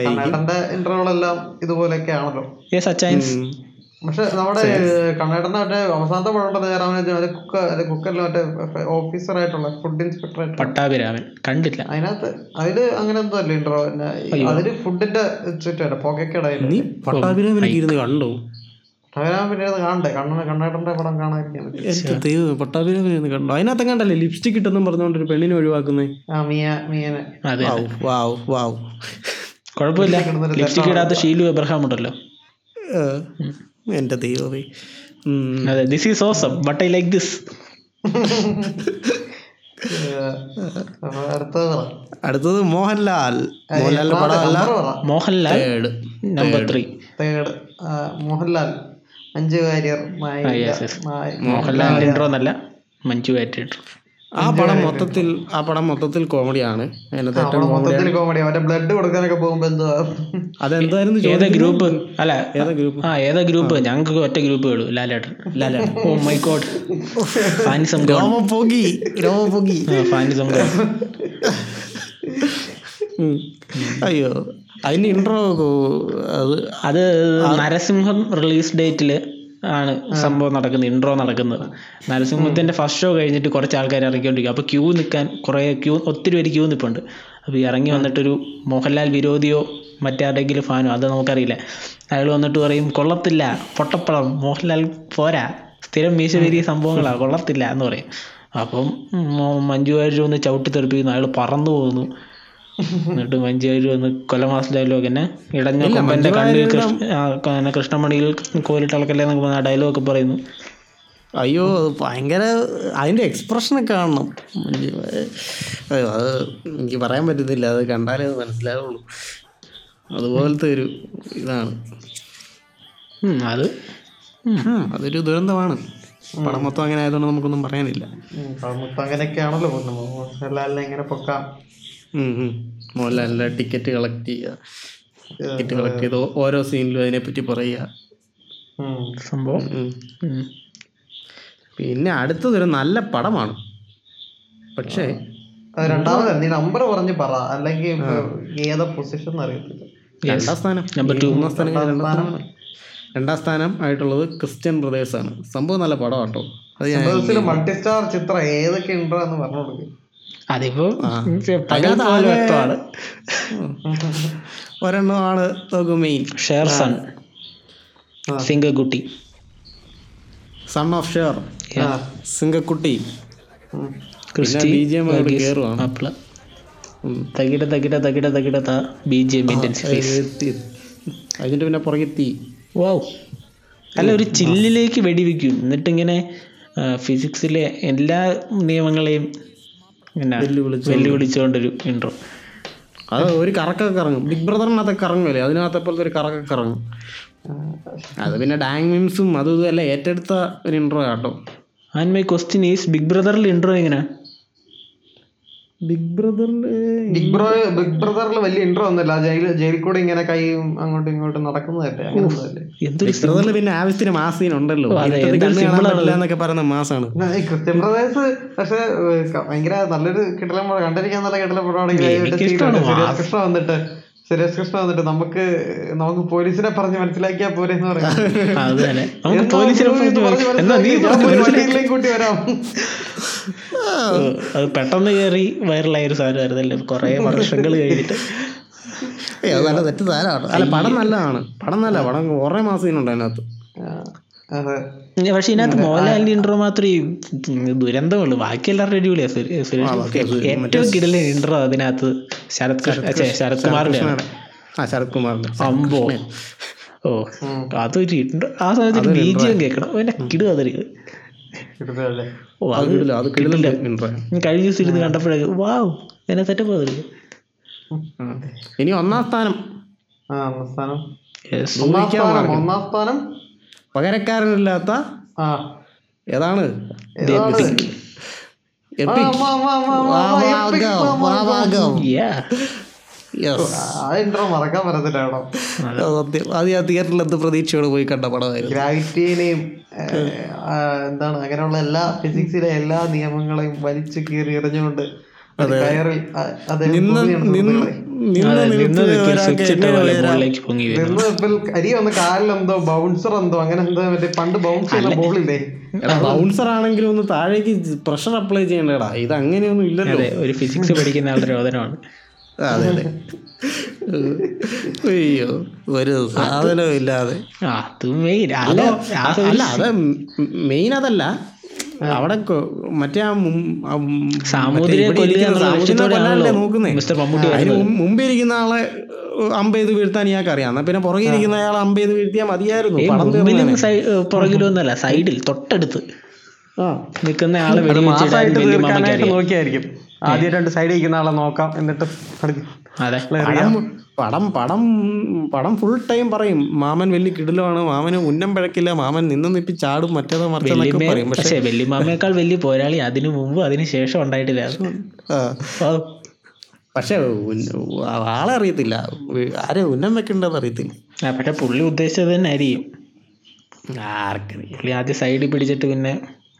S1: ഐ,
S2: കണ്ണേട്ടന്റെ ഇന്റർവ്യൂകളെല്ലാം ഇതുപോലെയൊക്കെ ആണല്ലോ
S3: ഏ സച്ചൈൻസ്
S1: ഉം.
S2: പക്ഷെ നമ്മുടെ കണ്ണേട്ടന്റെ മറ്റേ അവസാനത്തെ പഴം ജയറാമിനെ മറ്റേ കുക്ക് അതെ കുക്കല്ല മറ്റേ ഓഫീസർ ആയിട്ടുള്ള ഫുഡ് ഇൻസ്പെക്ടർ ആയിട്ട്
S3: പട്ടാഭിരാമൻ കണ്ടില്ല
S2: അതിനകത്ത് അതില് അങ്ങനെ എന്തോ അല്ലേ ഇന്റർവ്യൂ അതില് ഫുഡിന്റെ ചുറ്റുമല്ല പുകക്കടയില്
S1: നീ പട്ടാഭിരാമനൊക്കെ ഇരുന്ന് കണ്ടോ
S2: അവരാ പിന്നെ ഇത് കാണണ്ടേ കണ്ണ കണ്ണേട്ടന്റെ പടം കാണാതിരിക്കാണ്
S1: എന്റെ ദൈവം പട്ടാഭിരാമൻ ഇരുന്ന് കണ്ടോ അതിനകത്ത് കണ്ടല്ലേ ലിപ്സ്റ്റിക് ഇട്ടെന്നും പറഞ്ഞുകൊണ്ട് ഒരു പെണ്ണിനെ ഒഴിവാക്കുന്നേ
S2: ആ മിയ മിയനെ
S3: അതെ
S1: വാവ് വാവ് വാവ്
S3: കുഴപ്പമില്ല ലിപ്സ്റ്റിക് ഇടാത്ത ഷീലു എബ്രഹാം ഉണ്ടല്ലോ
S1: ഏഹ്. എന്റെ ദൈവമേ ഉം.
S3: അതെ this is awesome but I like this
S2: അപ്പൊ അടുത്തത് പറ
S1: അടുത്തത് മോഹൻലാൽ മോഹൻലാലിന്റെ പടമല്ല
S2: number പറ
S3: മോഹൻലാൽ
S1: ഏഴ്.
S3: Number three
S2: third Mohanlal Manju Warrier മായ
S3: മോഹൻലാലിന്റെ ഇൻട്രോ എന്നല്ല മഞ്ജു വാര്യർ intro.
S1: ആ പടം മൊത്തത്തിൽ ആ പടം മൊത്തത്തിൽ കോമഡിയാണ് അതിനകത്ത് ഏറ്റവും
S2: മൊത്തത്തിൽ കോമഡി മറ്റേ ബ്ലഡ് കൊടുക്കാനൊക്കെ പോകുമ്പോ എന്താ
S1: അതെന്തായിരുന്നു
S3: ഏതാ ഗ്രൂപ്പ് അല്ല
S1: ഏതാ ഗ്രൂപ്പ്
S3: ആ ഏതാ ഗ്രൂപ്പ് ഞങ്ങൾക്ക് ഒറ്റ ഗ്രൂപ്പ് ഉള്ളൂ ലാലേട്ടൻ Oh Lalettan oh my God fanism
S1: രോമപ്പൊകി രോമപ്പൊകി
S3: ഫാനിസം
S1: ഉം. അയ്യോ അതിന്റെ ഇൻട്രോ അത്
S3: അത് നരസിംഹം റിലീസ് ഡേറ്റിൽ ആണ് സംഭവം നടക്കുന്നത് ഇൻട്രോ നടക്കുന്നത് നരസിംഹത്തിന്റെ ഫസ്റ്റ് ഷോ കഴിഞ്ഞിട്ട് കുറച്ച് ആൾക്കാർ ഇറങ്ങിക്കൊണ്ടിരിക്കും അപ്പോൾ ക്യൂ നിൽക്കാൻ കുറേ ക്യൂ ഒത്തിരി പേര് ക്യൂ നിൽപ്പുണ്ട് അപ്പോൾ ഈ ഇറങ്ങി വന്നിട്ടൊരു മോഹൻലാൽ വിരോധിയോ മറ്റാരെങ്കിലും ഫാനോ അത് നമുക്കറിയില്ല അയാൾ വന്നിട്ട് പറയും കൊള്ളത്തില്ല പൊട്ടപ്പടം മോഹൻലാൽ പോരാ സ്ഥിരം മീശ വലിയ സംഭവങ്ങളാണ് കൊള്ളത്തില്ല എന്ന് പറയും അപ്പം മോ- മഞ്ജു വാര്യർ ഒന്ന് ചവിട്ടി തെറിപ്പിക്കുന്നു അയാൾ പറന്നു പോകുന്നു എന്നിട്ട് മഞ്ചേരി വന്ന് കൊലമാസ് ഡയലോഗ് തന്നെ ഇടഞ്ഞ കൊമ്പന്റെ കണ്ണിൽ കൃഷ്ണ- ആ, ക- കൃഷ്ണമണിയിൽ കോലിട്ട് അളക്കല്ലേ എന്നൊക്കെ പറഞ്ഞ ഡയലോഗ് ഒക്കെ പറയുന്നു
S1: അയ്യോ അത് ഭയങ്കര അതിന്റെ എക്സ്പ്രഷനൊക്കെ കാണണം അയ്യോ അത് എനിക്ക് പറയാൻ പറ്റുന്നില്ല അത് കണ്ടാലേ അത് മനസ്സിലാവുള്ളൂ അതുപോലത്തെ ഒരു ഇതാണ്
S3: ഉം, അത്
S1: ഉം, അതൊരു ദുരന്തമാണ് പടം മൊത്തം അങ്ങനെ ആയതുകൊണ്ട് നമുക്കൊന്നും പറയാനില്ല
S2: മൊത്തം അങ്ങനെയൊക്കെയാണല്ലോ പോകുന്നത് മോഹൻലാലിനെ എങ്ങനെ പൊക്കാം
S1: ഉം, ഉം. മോഹൻലാലിന്റെ ടിക്കറ്റ് കളക്ട് ചെയ്യുക ടിക്കറ്റ് കളക്ട് ചെയ്ത് ഓ- ഓരോ സീനിലും അതിനെപ്പറ്റി പറയുക
S2: ഉം.
S3: സംഭവം
S1: ഉം.
S3: ഉം.
S1: പിന്നെ അടുത്തതൊരു നല്ല പടമാണ് പക്ഷേ
S2: അത് രണ്ടാമത് നീ നമ്പർ പറഞ്ഞ് പറ അല്ലെങ്കിൽ ഏതാ പൊസിഷൻ അറിയത്തില്ല
S1: രണ്ടാം സ്ഥാനം മൂന്നാം സ്ഥാനം കഴിഞ്ഞ് രണ്ടാം സ്ഥാനമാണ് രണ്ടാം സ്ഥാനം ആയിട്ടുള്ളത് ക്രിസ്ത്യൻ ബ്രദേഴ്സ് ആണ് സംഭവം നല്ല പടം കേട്ടോ അത് ഞാൻ
S2: മൾട്ടി സ്റ്റാർ ചിത്രം ഏതൊക്കെ ഉണ്ടോ എന്ന് പറഞ്ഞു കൊടുക്കും
S3: അതിപ്പോ പകൽ
S1: അതിനകത്ത്
S3: പോലെ
S1: ആകെ-
S3: വ്യക്തമാണ്
S1: ഒരെണ്ണമാണ് നമുക്ക് മെയിൻ
S3: ഷേർ സൺ സിംഗക്കുട്ടി
S1: സൺ ഓഫ് ഷെയർ സിംഗക്കുട്ടി
S2: ഉം.
S3: ക്രിസ്റ്റി
S1: ബി ജി എം അവിടെ കയറുവാണ്
S3: മാപ്പിള തകിട തകിട തകിട തകിട താ ബി ജെ എം
S1: അതിൻ്റെ പിന്നെ പുറകെ തീ
S3: വാവ് അല്ല ഒരു ചില്ലിലേക്ക് വെടിവെക്കും എന്നിട്ടിങ്ങനെ ഫിസിക്സിലെ എല്ലാ നിയമങ്ങളെയും പിന്നെ
S1: വെല്ലുവിളിച്ച്
S3: വെല്ലുവിളിച്ചുകൊണ്ടൊരു ഇൻട്രോ
S1: അത് ഒരു കറക്കൊക്കെ ഇറങ്ങും ബിഗ് ബ്രദറിനകത്തൊക്കെ ഇറങ്ങുമല്ലേ അതിനകത്തെ പോലത്തെ ഒരു കറക്കൊക്കെ ഇറങ്ങും അത് പിന്നെ ഡാങ് മിംസും അതും ഇതും എല്ലാം ഏറ്റെടുത്ത ഒരു ഇൻട്രോ കേട്ടോ
S3: and my question is big ബ്രദറിൽ ഇൻട്രോ എങ്ങനെ
S1: ബിഗ് ബ്രദറിൽ
S2: ബിഗ് ബ്രോ ബിഗ് ബ്രദറിൽ വലിയ ഇൻട്രോ ഒന്നുമില്ല ജയിൽ ജയിലിൽ കൂടെ ഇങ്ങനെ കൈയും അങ്ങോട്ടും ഇങ്ങോട്ടും നടക്കുന്നതല്ലേ അങ്ങനത്തതല്ലേ
S3: എന്തൊരു
S1: ബിഗ് ബ്രദറിൽ പിന്നെ ആവശ്യത്തിന് മാസീൻ ഉണ്ടല്ലോ
S3: അതെ,
S1: ഇരുട്ടത്ത് കണ്ണ്
S3: എന്തൊരു
S1: കാണാൻ
S3: symbol
S1: പറ്റില്ല എന്നൊക്കെ പറയുന്ന മാസാണ്
S2: എന്നാ ഈ ക്രിസ്ത്യൻ ബ്രദേഴ്സ് പക്ഷെ ഏഹ്, ക- ഭയങ്കര നല്ലൊരു കിട്ടലം പടം കണ്ടിരിക്കാൻ നല്ല കിട്ടലം പടമാണെങ്കിൽ
S3: എനിക്ക് ഇഷ്ടമാണ്
S2: സുരേഷ് കൃഷ്ണ വന്നിട്ട് സുരേഷ് കൃഷ്ണ വന്നിട്ട് നമുക്ക് നമുക്ക് പോലീസിനെ പറഞ്ഞ് മനസ്സിലാക്കിയാ പോരെ എന്ന് പറയും
S3: അത് തന്നെ നമുക്ക്
S2: എന്നാ
S3: പോലീസിനെ
S2: ഒന്ന്
S3: പറഞ്ഞ്
S2: പറഞ്ഞ്
S3: എന്നാ നീ
S2: മനസ്സിലാക്കി, ഞാൻ
S3: പറഞ്ഞ്
S2: ഒരു
S3: മനസ്സിലാക്കി.
S2: വണ്ടിയിലേക്ക് കൂട്ടി വരാം
S3: അത് പെട്ടെന്ന് കയറി വൈറലായ ഒരു സാധനമായിരുന്നു അല്ലേ കുറേ വർഷങ്ങൾ കഴിഞ്ഞിട്ട്
S1: ഏയ്, അത് നല്ല തെറ്റ് താരാണ് അല്ല പടം നല്ലതാണ് പടം നല്ല പടം കുറേ മാസീനുണ്ട് അതിനകത്ത്
S2: ആ, അതെ
S3: ഇനി പക്ഷേ ഇതിനകത്ത് മോഹൻലാലിന്റെ ഇൻട്രോ മാത്രമേ ഈ ദുരന്തമുള്ളൂ ബാക്കി എല്ലാവരുടെ അടിപൊളിയാ സുരേ- സുരേഷ് ഏറ്റവും കിടലൻ ഇൻട്രോ അതിനകത്ത് ശരത് കൃഷ്ണ ഛെ, ശരത് കുമാറിന്റെ ആണ്.
S1: ആ ശരത് കുമാറിന്റെ
S3: അമ്പോ ഓ അതൊരു ഇൻട്രോ ആ സമയത്ത് ഒരു ബീജിയം കേൾക്കണം അവന്റെ കിടു അതൊരു
S2: കിട്ടത്തില്ലേ
S3: ഓ
S1: അത്
S3: അത്
S1: കിടിലം, അത് കിടിലം ഇൻട്രോ
S3: ഞാൻ കഴിഞ്ഞ ദിവസം ഇരുന്ന് കണ്ടപ്പോഴേ വാവ് എന്നെ സെറ്റപ്പ് അതില്
S1: ഇനി ഒന്നാം സ്ഥാനം
S2: ആ അവസാനം
S3: യെസ്
S2: ഒന്നാം സ്ഥാനം ഒന്നാം സ്ഥാനം
S1: പകരക്കാരനില്ലാത്ത
S2: ആ
S1: ഏതാണ്
S2: ഏതാണ്? ആ,
S1: എപ്പിക്
S2: അമ്മ, അമ്മ, അമ്മ, അമ്മ, അമ്മ, epic,
S1: വാവാകം,
S2: അമ്മ, അമ്മ.
S1: വാവാകം.
S3: Yeah
S1: Yes.
S2: ആ ഇൻട്രോ മറക്കാൻ പറ്റത്തില്ല കേട്ടോ
S1: സത്യം. അത് ഞാൻ തിയേറ്ററിൽ എന്ത് പ്രതീക്ഷയോട് പോയി കണ്ട പടമായിരുന്നു
S2: ഗ്രാവിറ്റിനെയും എന്താണ് അങ്ങനെയുള്ള എല്ലാ ഫിസിക്സിലെ എല്ലാ നിയമങ്ങളെയും വലിച്ചു കീറി എറിഞ്ഞുകൊണ്ട് ഒരു കയറിൽ ആ, അദ്ദേഹം പൊങ്ങിയാണ് സുഹൃത്തുക്കളെ.
S1: നിന്ന്
S3: നിന്ന്
S1: നിൽക്കുന്ന ഒരാൾക്ക്
S3: സ്വിച്ച് ഇട്ട
S1: എങ്ങനെ
S3: പോലെ
S1: ഉയരാം?
S3: മുകളിലേക്ക് പൊങ്ങി വരും
S2: നിന്ന് ഇപ്പോൾ അരി വന്ന് കാലിലെന്തോ ബൗൺസർ എന്തോ അങ്ങനെ എന്തോ മറ്റേ പണ്ട് ബൗൺസ് ചെയ്യുന്ന ബോളില്ലേ
S1: എടാ ബൗൺസർ ആണെങ്കിലും ഒന്ന് താഴേക്ക് പ്രഷർ അപ്ലൈ ചെയ്യണ്ടടാ ഇത് അങ്ങനെയൊന്നും ഇല്ലല്ലോ
S3: അതെ ഒരു ഫിസിക്സ് പഠിക്കുന്ന ആളുടെ രോദനമാണ്
S1: അതെ അതെ അയ്യോ ഒരു സാധനവും ഇല്ലാതെ
S3: ആ അതും മെയിൻ അല്ല ആ
S1: അല്ല അത് മെയിൻ അതല്ല അവിടെ കൊ- മറ്റേ ആ മും- ആ മും- മറ്റേ
S3: സാമൂതിരിയെ
S1: ഇവിടെ
S3: കൊല്ലുക
S1: ഇരിക്കുന്ന
S3: എന്നുള്ള
S1: സാമൂതിരിയെ കൊല്ലാനല്ലേ നോക്കുന്നേ
S3: ലക്ഷ്യത്തോടെയാണല്ലോ മിസ്റ്റർ മമ്മൂട്ടി
S1: അതിന്
S3: വരുന്നത്.
S1: മും- മുമ്പേ ഇരിക്കുന്ന ആളെ അമ്പ് ചെയ്ത് വീഴ്ത്താൻ ഇയാൾക്ക് അറിയാം എന്നാ പിന്നെ പുറകെ ഇരിക്കുന്ന അയാൾ അമ്പ് ചെയ്ത് വീഴ്ത്തിയാൽ മതിയായിരുന്നു
S3: ഈ
S1: പടം തീർന്നു.
S3: മുമ്പിലും സൈ- ഏഹ് പുറകിലും ഒന്നല്ല സൈഡിൽ തൊട്ടടുത്ത്
S1: ആ
S3: നിൽക്കുന്ന ആള് വെടിവെച്ചിടാൻ
S2: മാസമായിട്ട്
S3: വല്യമ്മമ്മയ്ക്ക്
S2: തീർക്കാനായിട്ട്
S3: അറിയാം
S2: നോക്കിയായിരിക്കും ആദ്യം രണ്ട് സൈഡിൽ ഇരിക്കുന്ന ആളെ നോക്കാം എന്നിട്ട് പഠിക്കും
S3: അതെ
S1: പടം മു- പടം പടം പടം ഫുൾ ടൈം പറയും മാമൻ വലിയ കിടിലമാണ് മാമന് ഉന്നം പഴക്കില്ല മാമൻ നിന്ന് നിപ്പി ചാടും മറ്റേതോ മറിച്ചതെന്നൊക്കെ
S3: വല്യമ്മയെ-
S1: പറയും പക്ഷെ
S3: പക്ഷേ വല്യമാമയേക്കാൾ വലിയ പോരാളി അതിനു മുമ്പ് അതിനു ശേഷം ഉണ്ടായിട്ടില്ല
S1: ആ,
S3: ഓ,
S1: പക്ഷെ ഉന്ന- ആ- ആളെ അറിയത്തില്ല ആരെ ഉന്നം വെക്കണ്ടെന്ന് അറിയത്തില്ല
S3: ആ പക്ഷെ പുള്ളി ഉദ്ദേശിച്ചത് തന്നെ ആയിരിക്കും
S1: ആർക്കറിയാം
S3: പുള്ളി ആദ്യം സൈഡിൽ പിടിച്ചിട്ട് പിന്നെ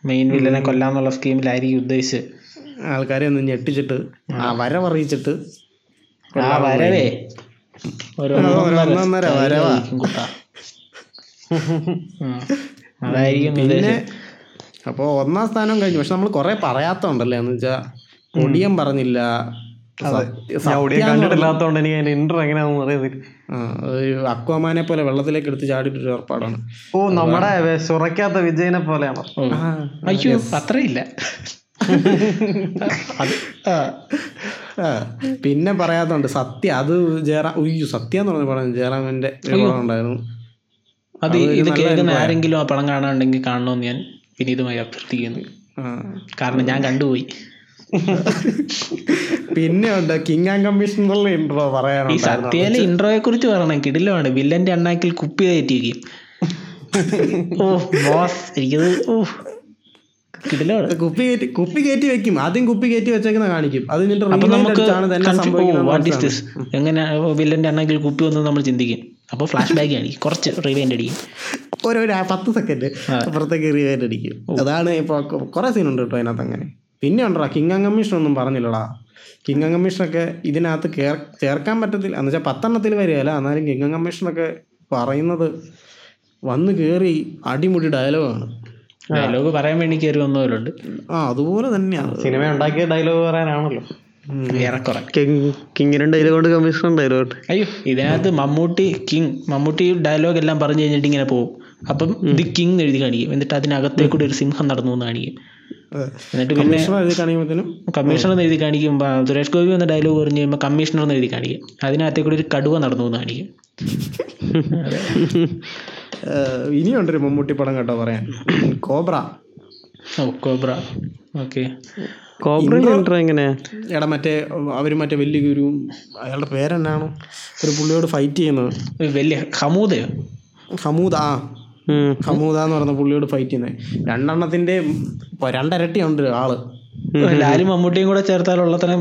S3: മെയിൻ വില്ലനെ കൊല്ലാന്നുള്ള സ്കീമിലായിരിക്കും ഉദ്ദേശിച്ചത്
S1: ആൾക്കാരെ ഒന്ന് ഞെട്ടിച്ചിട്ട് ആ വരവറിയിച്ചിട്ട്
S3: ആ വരവേ ഒരു
S1: ഒന്നൊന്നര വരവാ
S3: ആയിരിക്കും കുട്ടാ. ഉം. അതായിരിക്കും
S1: പിന്നെ
S3: ഉദ്ദേശിച്ചത്.
S1: അപ്പോൾ ഒന്നാം സ്ഥാനം കഴിഞ്ഞു പക്ഷെ നമ്മൾ കുറേ പറയാത്തോണ്ടല്ലേ എന്ന് വെച്ചാൽ ഒടിയം പറഞ്ഞില്ല സത്യ-
S2: ഞാൻ ഒടിയ
S1: സത്യ എന്ന്
S2: കണ്ടിട്ടില്ലാത്തതുകൊണ്ട് എനിക്ക് അതിന്റെ ഇന്റർ എങ്ങനെയാണെന്ന് അറിയത്തില്ല
S1: ആ, ഒരു അക്വാമാനെ പോലെ വെള്ളത്തിലേക്ക് എടുത്ത് ചാടിയിട്ടൊരു ഏർപ്പാടാണ്
S2: ഓ നമ്മുടെ സുറയ്ക്കാത്ത വിജയനെ പോലെയാണോ
S3: അയ്യോ അത്രയില്ല
S1: ആ. ആ. പിന്നെ പറയാത്തോണ്ട് സത്യ അത് ജയറാം ഉയ്യോ സത്യ എന്ന് പറഞ്ഞ പടം ജയറാമിന്റെ ഒരു പടം ഉണ്ടായിരുന്നു
S3: അത് ഇത് കേൾക്കുന്ന ആരെങ്കിലും ആ പടം കാണാനുണ്ടെങ്കിൽ കാണണമെന്ന് ഞാൻ വിനീതമായി അഭ്യർത്ഥിക്കുന്നു
S1: ആ.
S3: കാരണം ഞാൻ കണ്ടുപോയി
S1: പിന്നെ ഉണ്ട് കിങ് ആൻഡ് കമ്മീഷൻ എന്നുള്ള ഇൻട്രോ
S3: ഈ
S1: പറയാനുണ്ടായിരുന്നു
S3: സത്യയിലെ ഇൻട്രോയെ കുറിച്ച് പറയണം കിടിലമാണ് വില്ലന്റെ അണ്ണാക്കിൽ കുപ്പി കയറ്റിയിരിക്കും ഓ ബോസ് എനിക്കത് ഓ കിടിലമാണ്
S1: കുപ്പി കയറ്റി കുപ്പി കയറ്റി വെക്കും ആദ്യം കുപ്പി കയറ്റി വെച്ചേക്കുന്ന കാണിക്കും അത് ഇതിന്റെ
S3: അപ്പൊ
S1: remake
S3: നമുക്ക്
S1: അടിച്ചാണ് തന്നെ സംഭവിക്കുന്നത്
S3: വാട്ട് ഈസ് ദിസ് എങ്ങനെ വില്ലന്റെ അണ്ണാക്കിൽ കുപ്പി വന്നത് നമ്മൾ ചിന്തിക്കും അപ്പോൾ ഫ്ലാഷ് ബാക്ക് കാണിക്കും കുറച്ച് റിവൈൻഡ് അടിക്കും
S1: ഒരു ഒരു പത്ത് സെക്കൻഡ് അപ്പുറത്തേക്ക് റിവേറ്റ് അടിക്കും അതാണ് ഇപ്പൊ കുറെ സീൻ ഉണ്ട് കേട്ടോ അതിനകത്ത് അങ്ങനെ പിന്നെ ഉണ്ടോ കിങ് കമ്മീഷൻ ഒന്നും പറഞ്ഞില്ലടാ കിങ് കമ്മീഷനൊക്കെ ഇതിനകത്ത് കേർ- ചേർക്കാൻ പറ്റത്തില്ല എന്ന് വെച്ചാൽ പത്തെണ്ണത്തിൽ വരികയല്ല എന്നാലും കിങ് കമ്മീഷനൊക്കെ പറയുന്നത് വന്ന് കയറി അടിമുടി ഡയലോഗാണ്
S3: ഡയലോഗ് പറയാൻ വേണ്ടി കയറി വന്നവരുണ്ട്
S1: ആ അതുപോലെ തന്നെയാണ്
S2: സിനിമ ഉണ്ടാക്കിയ ഡയലോഗ് പറയാനാണല്ലോ
S3: ഏറെക്കുറെ
S2: കിങ്ങിനും ഡയലോഗ് ഉണ്ട് കമ്മീഷനും ഡയലോഗ് ഉണ്ട്
S3: അയ്യോ ഇതിനകത്ത് മമ്മൂട്ടി കിങ് മമ്മൂട്ടി ഡയലോഗ് എല്ലാം പറഞ്ഞു കഴിഞ്ഞിട്ട് ഇങ്ങനെ പോകും അപ്പം ദി കിങ് എന്ന് എഴുതി കാണിക്കും എന്നിട്ട് അതിനകത്തേ കൂടി ഒരു സിംഹം നടന്നു എന്ന് കാണിക്കും എന്നിട്ട് പിന്നെ
S1: കമ്മീഷണർ എഴുതി കാണിക്കുമ്പോഴത്തേനും
S3: കമ്മീഷണർ എന്ന് എഴുതി കാണിക്കും ആ, സുരേഷ് ഗോപി എന്ന ഡയലോഗ് പറഞ്ഞു കഴിയുമ്പോൾ കമ്മീഷണർ എന്ന് എഴുതി കാണിക്കും അതിനകത്തേ കൂടി ഒരു കടുവ നടന്നു എന്ന് കാണിക്കും
S1: ഏഹ്, ഇനിയുണ്ടൊരു മമ്മൂട്ടി പടം കേട്ടോ പറയാൻ കോബ്ര
S3: ഓ കോബ്ര ഓക്കെ
S2: കോബ്രയുടെ ഇന്റർ എങ്ങനെയാ
S1: എടാ മറ്റേ അവർ മറ്റേ വലിയ ഗുരു അയാളുടെ പേരെന്നാണ് ഒരു പുള്ളിയോട് ഫൈറ്റ് ചെയ്യുന്നത്
S3: വലിയ ഹമൂദയോ
S1: ഹമൂദ ആ ഹമൂദ എന്ന് പറയുന്ന പുള്ളിയോട് ഫൈറ്റ് ചെയ്യുന്നത് രണ്ടെണ്ണത്തിൻ്റെ രണ്ടരട്ടി ഉണ്ട് ആള്
S3: ലാലും മമ്മൂട്ടിയും കൂടെ ചേർത്താലുള്ള തന്നെ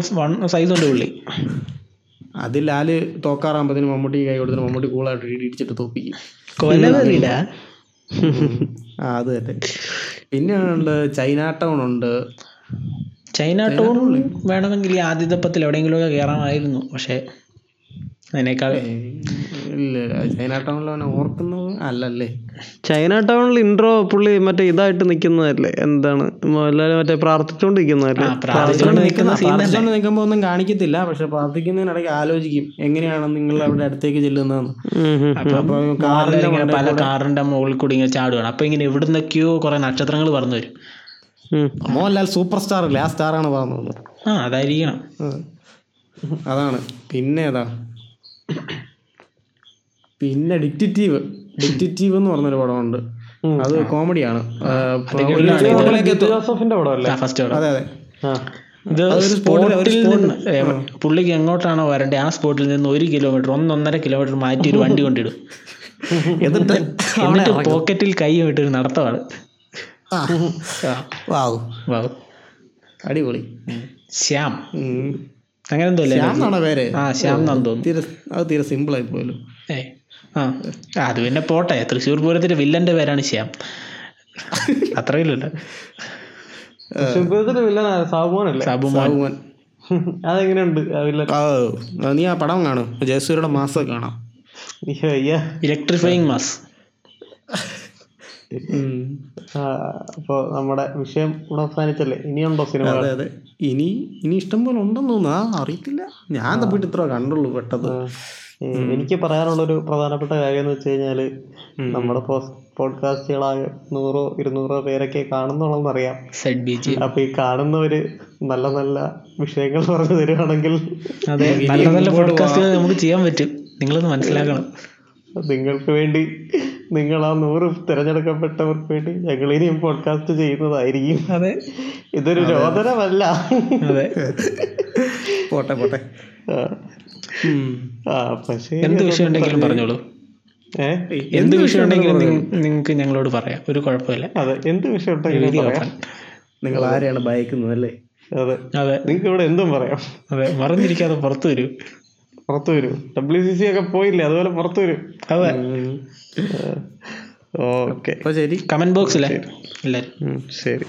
S3: സൈസ് ഉണ്ട് പുള്ളി
S1: അതിൽ ലാല് തോക്കാറാകുമ്പോഴത്തേനും മമ്മൂട്ടി കൈ കൊടുത്തിട്ട് മമ്മൂട്ടി കൂളായിട്ട് ഇടിച്ചിട്ട് തോപ്പിക്കും
S3: കൊല്ലവെറിയില്ല
S1: ആ അത് തന്നെ പിന്നെ ഉണ്ട് ചൈന ടൗൺ ഉണ്ട്
S3: ചൈന ടൗൺ വേണമെങ്കിൽ ഈ ആദ്യത്തെപ്പത്തിൽ എവിടെയെങ്കിലുമൊക്കെ കയറാമായിരുന്നു പക്ഷേ അതിനേക്കാൾ
S1: ഇല്ല ചൈന ടൗണിൽ അവനെ ഓർക്കുന്നത് അല്ലല്ലേ
S2: ചൈന ടൗണിൽ ഇൻട്രോ പുള്ളി മറ്റേ ഇതായിട്ട് നിൽക്കുന്നതല്ലേ എന്താണ് മോഹൻലാൽ മറ്റേ പ്രാർത്ഥിച്ചുകൊണ്ടിരിക്കുന്നതല്ലേ
S3: ആ, പ്രാർത്ഥിച്ചുകൊണ്ട് നിൽക്കുന്ന സീൻ തന്നെ
S1: പ്രാർത്ഥിച്ചുകൊണ്ട് നിൽക്കുമ്പോൾ ഒന്നും കാണിക്കത്തില്ല പക്ഷെ പ്രാർത്ഥിക്കുന്നതിനിടയ്ക്ക് ആലോചിക്കും എങ്ങനെയാണ് നിങ്ങൾ അവിടെ അടുത്തേക്ക് ചെല്ലുന്നതെന്ന് അപ്പോൾ
S3: മോഹൻലാൽ
S1: കാറിന്റെ
S3: ഇങ്ങനെ പല കാറിന്റെ മുകളിൽ കൂടി ഇങ്ങനെ ചാടുകയാണ് അപ്പൊ ഇങ്ങനെ എവിടുന്നൊക്കെയോ കുറെ നക്ഷത്രങ്ങൾ പറന്നു വരും
S1: മോഹൻലാൽ സൂപ്പർ സ്റ്റാർ അല്ലേ ആ സ്റ്റാറാണ് പറഞ്ഞത്
S3: ആ അതായിരിക്കണം
S1: അതാണ് പിന്നെ ഏതാ പിന്നെ ഡിക്റ്റീവ് ഡിക്റ്റീവ് എന്ന് പറഞ്ഞൊരു പടമുണ്ട് അത് കോമഡിയാണ്
S2: ജോസഫിന്റെ പടമല്ലേ
S3: ഫസ്റ്റ്
S1: അതെ അതെ
S3: ഇത് സ്പോട്ടിൽ നിന്ന് ഏ, പുള്ളിക്ക് എങ്ങോട്ടാണോ വരണ്ടേ ആ സ്പോട്ടിൽ നിന്ന് ഒരു കിലോമീറ്റർ ഒന്നൊന്നര കിലോമീറ്റർ മാറ്റി ഒരു വണ്ടി കൊണ്ടിടും
S1: എന്നിട്ട്
S3: എന്നിട്ട് പോക്കറ്റിൽ കൈ വിട്ട് ഒരു നടത്തമാണ്
S1: ആ, ആ, wow.
S3: വൗ.
S1: അടിപൊളി
S3: ശ്യാം
S1: ഉം.
S3: അങ്ങനെ എന്തോ അല്ലേ
S1: ശ്യാം എന്നാണ് പേര്
S3: ആ ശ്യാം എന്നാന്ന് തോന്നുന്നു
S1: തീരെ അത് തീരെ സിമ്പിൾ ആയി പോയല്ലോ
S3: ഏയ്. ആ അത് പിന്നെ പോട്ടെ തൃശ്ശൂർ പൂരത്തിന്റെ വില്ലന്റെ പേരാണ് ശ്യാം അത്രയില്ലല്ലോ
S2: ശുഭ്രത്തിന്റെ വില്ലൻ സാബുമാനല്ലേ
S3: സാബു മോൻ
S1: സാബുമോൻ
S2: അതെങ്ങനെയുണ്ട് ആ വില്ലൻ
S1: ആ, നീ ആ പടം കാണും ജയസൂര്യയുടെ മാസം കാണാം
S2: അയ്യോ, അയ്യാ.
S3: ഇലക്ട്രിഫൈങ് മാസ്
S1: ഉം.
S2: ആ, അപ്പൊ നമ്മുടെ വിഷയം ഇവിടെ അവസാനിച്ചല്ലേ ഇനിയുണ്ടോ സിനിമ
S1: അതെ അതെ ഇനി ഇനി ഇഷ്ടം പോലെ ഉണ്ടെന്ന് തോന്നുന്നു ആ അറിയത്തില്ല ഞാൻ തപ്പിട്ട് ഇത്ര കണ്ടുള്ളൂ പെട്ടത്
S2: എനിക്ക് പറയാനുള്ളൊരു പ്രധാനപ്പെട്ട കാര്യം എന്ന് വെച്ച് കഴിഞ്ഞാല് നമ്മുടെ പോഡ്കാസ്റ്റുകളാകെ നൂറോ ഇരുന്നൂറോ പേരൊക്കെ കാണുന്നുള്ളതെന്ന് അറിയാം
S3: സെഡ് ബി ജി
S2: അപ്പൊ ഈ കാണുന്നവര് നല്ല നല്ല വിഷയങ്ങൾ പറഞ്ഞു തരുവാണെങ്കിൽ
S3: അതെ നല്ല നല്ല പോഡ്കാസ്റ്റുകൾ നമുക്ക് ചെയ്യാൻ പറ്റും നിങ്ങളൊന്ന് മനസ്സിലാക്കണം
S2: നിങ്ങൾക്ക് വേണ്ടി നിങ്ങൾ ആ നൂറ് തിരഞ്ഞെടുക്കപ്പെട്ടവർക്ക് വേണ്ടി ഞങ്ങൾ ഇനിയും പോഡ്കാസ്റ്റ് ചെയ്യുന്നതായിരിക്കും
S3: അതെ
S2: ഇതൊരു രോദനമല്ല
S3: അതെ
S1: പോട്ടെ പോട്ടെ
S2: ആ. ആ പക്ഷേ
S3: എന്ത് വിഷയം ഉണ്ടെങ്കിലും പറഞ്ഞോളൂ
S2: ഏ
S3: എന്ത് വിഷയം ഉണ്ടെങ്കിലും നിങ്ങൾക്ക് ഞങ്ങളോട് പറയാം ഒരു കുഴപ്പമില്ല
S2: അതെ എന്ത് വിഷയം ഉണ്ടെങ്കിലും പറയാം
S1: നിങ്ങൾ ആരെയാണ് ഭയക്കുന്നത് അല്ലേ
S2: അതെ
S3: അതെ
S2: നിങ്ങൾക്ക് ഇവിടെ എന്തും പറയാം
S3: അതെ മറന്നിരിക്കാതെ പുറത്തു വരൂ
S2: പുറത്തു വരൂ ഡബ്ല്യു സി സി ഒക്കെ പോയില്ലേ അതുപോലെ പുറത്തു വരൂ
S3: അതെ
S2: ഓക്കെ
S1: അപ്പോൾ ശരി
S3: കമന്റ് ബോക്സിലെ എല്ലാവരും
S2: ശരി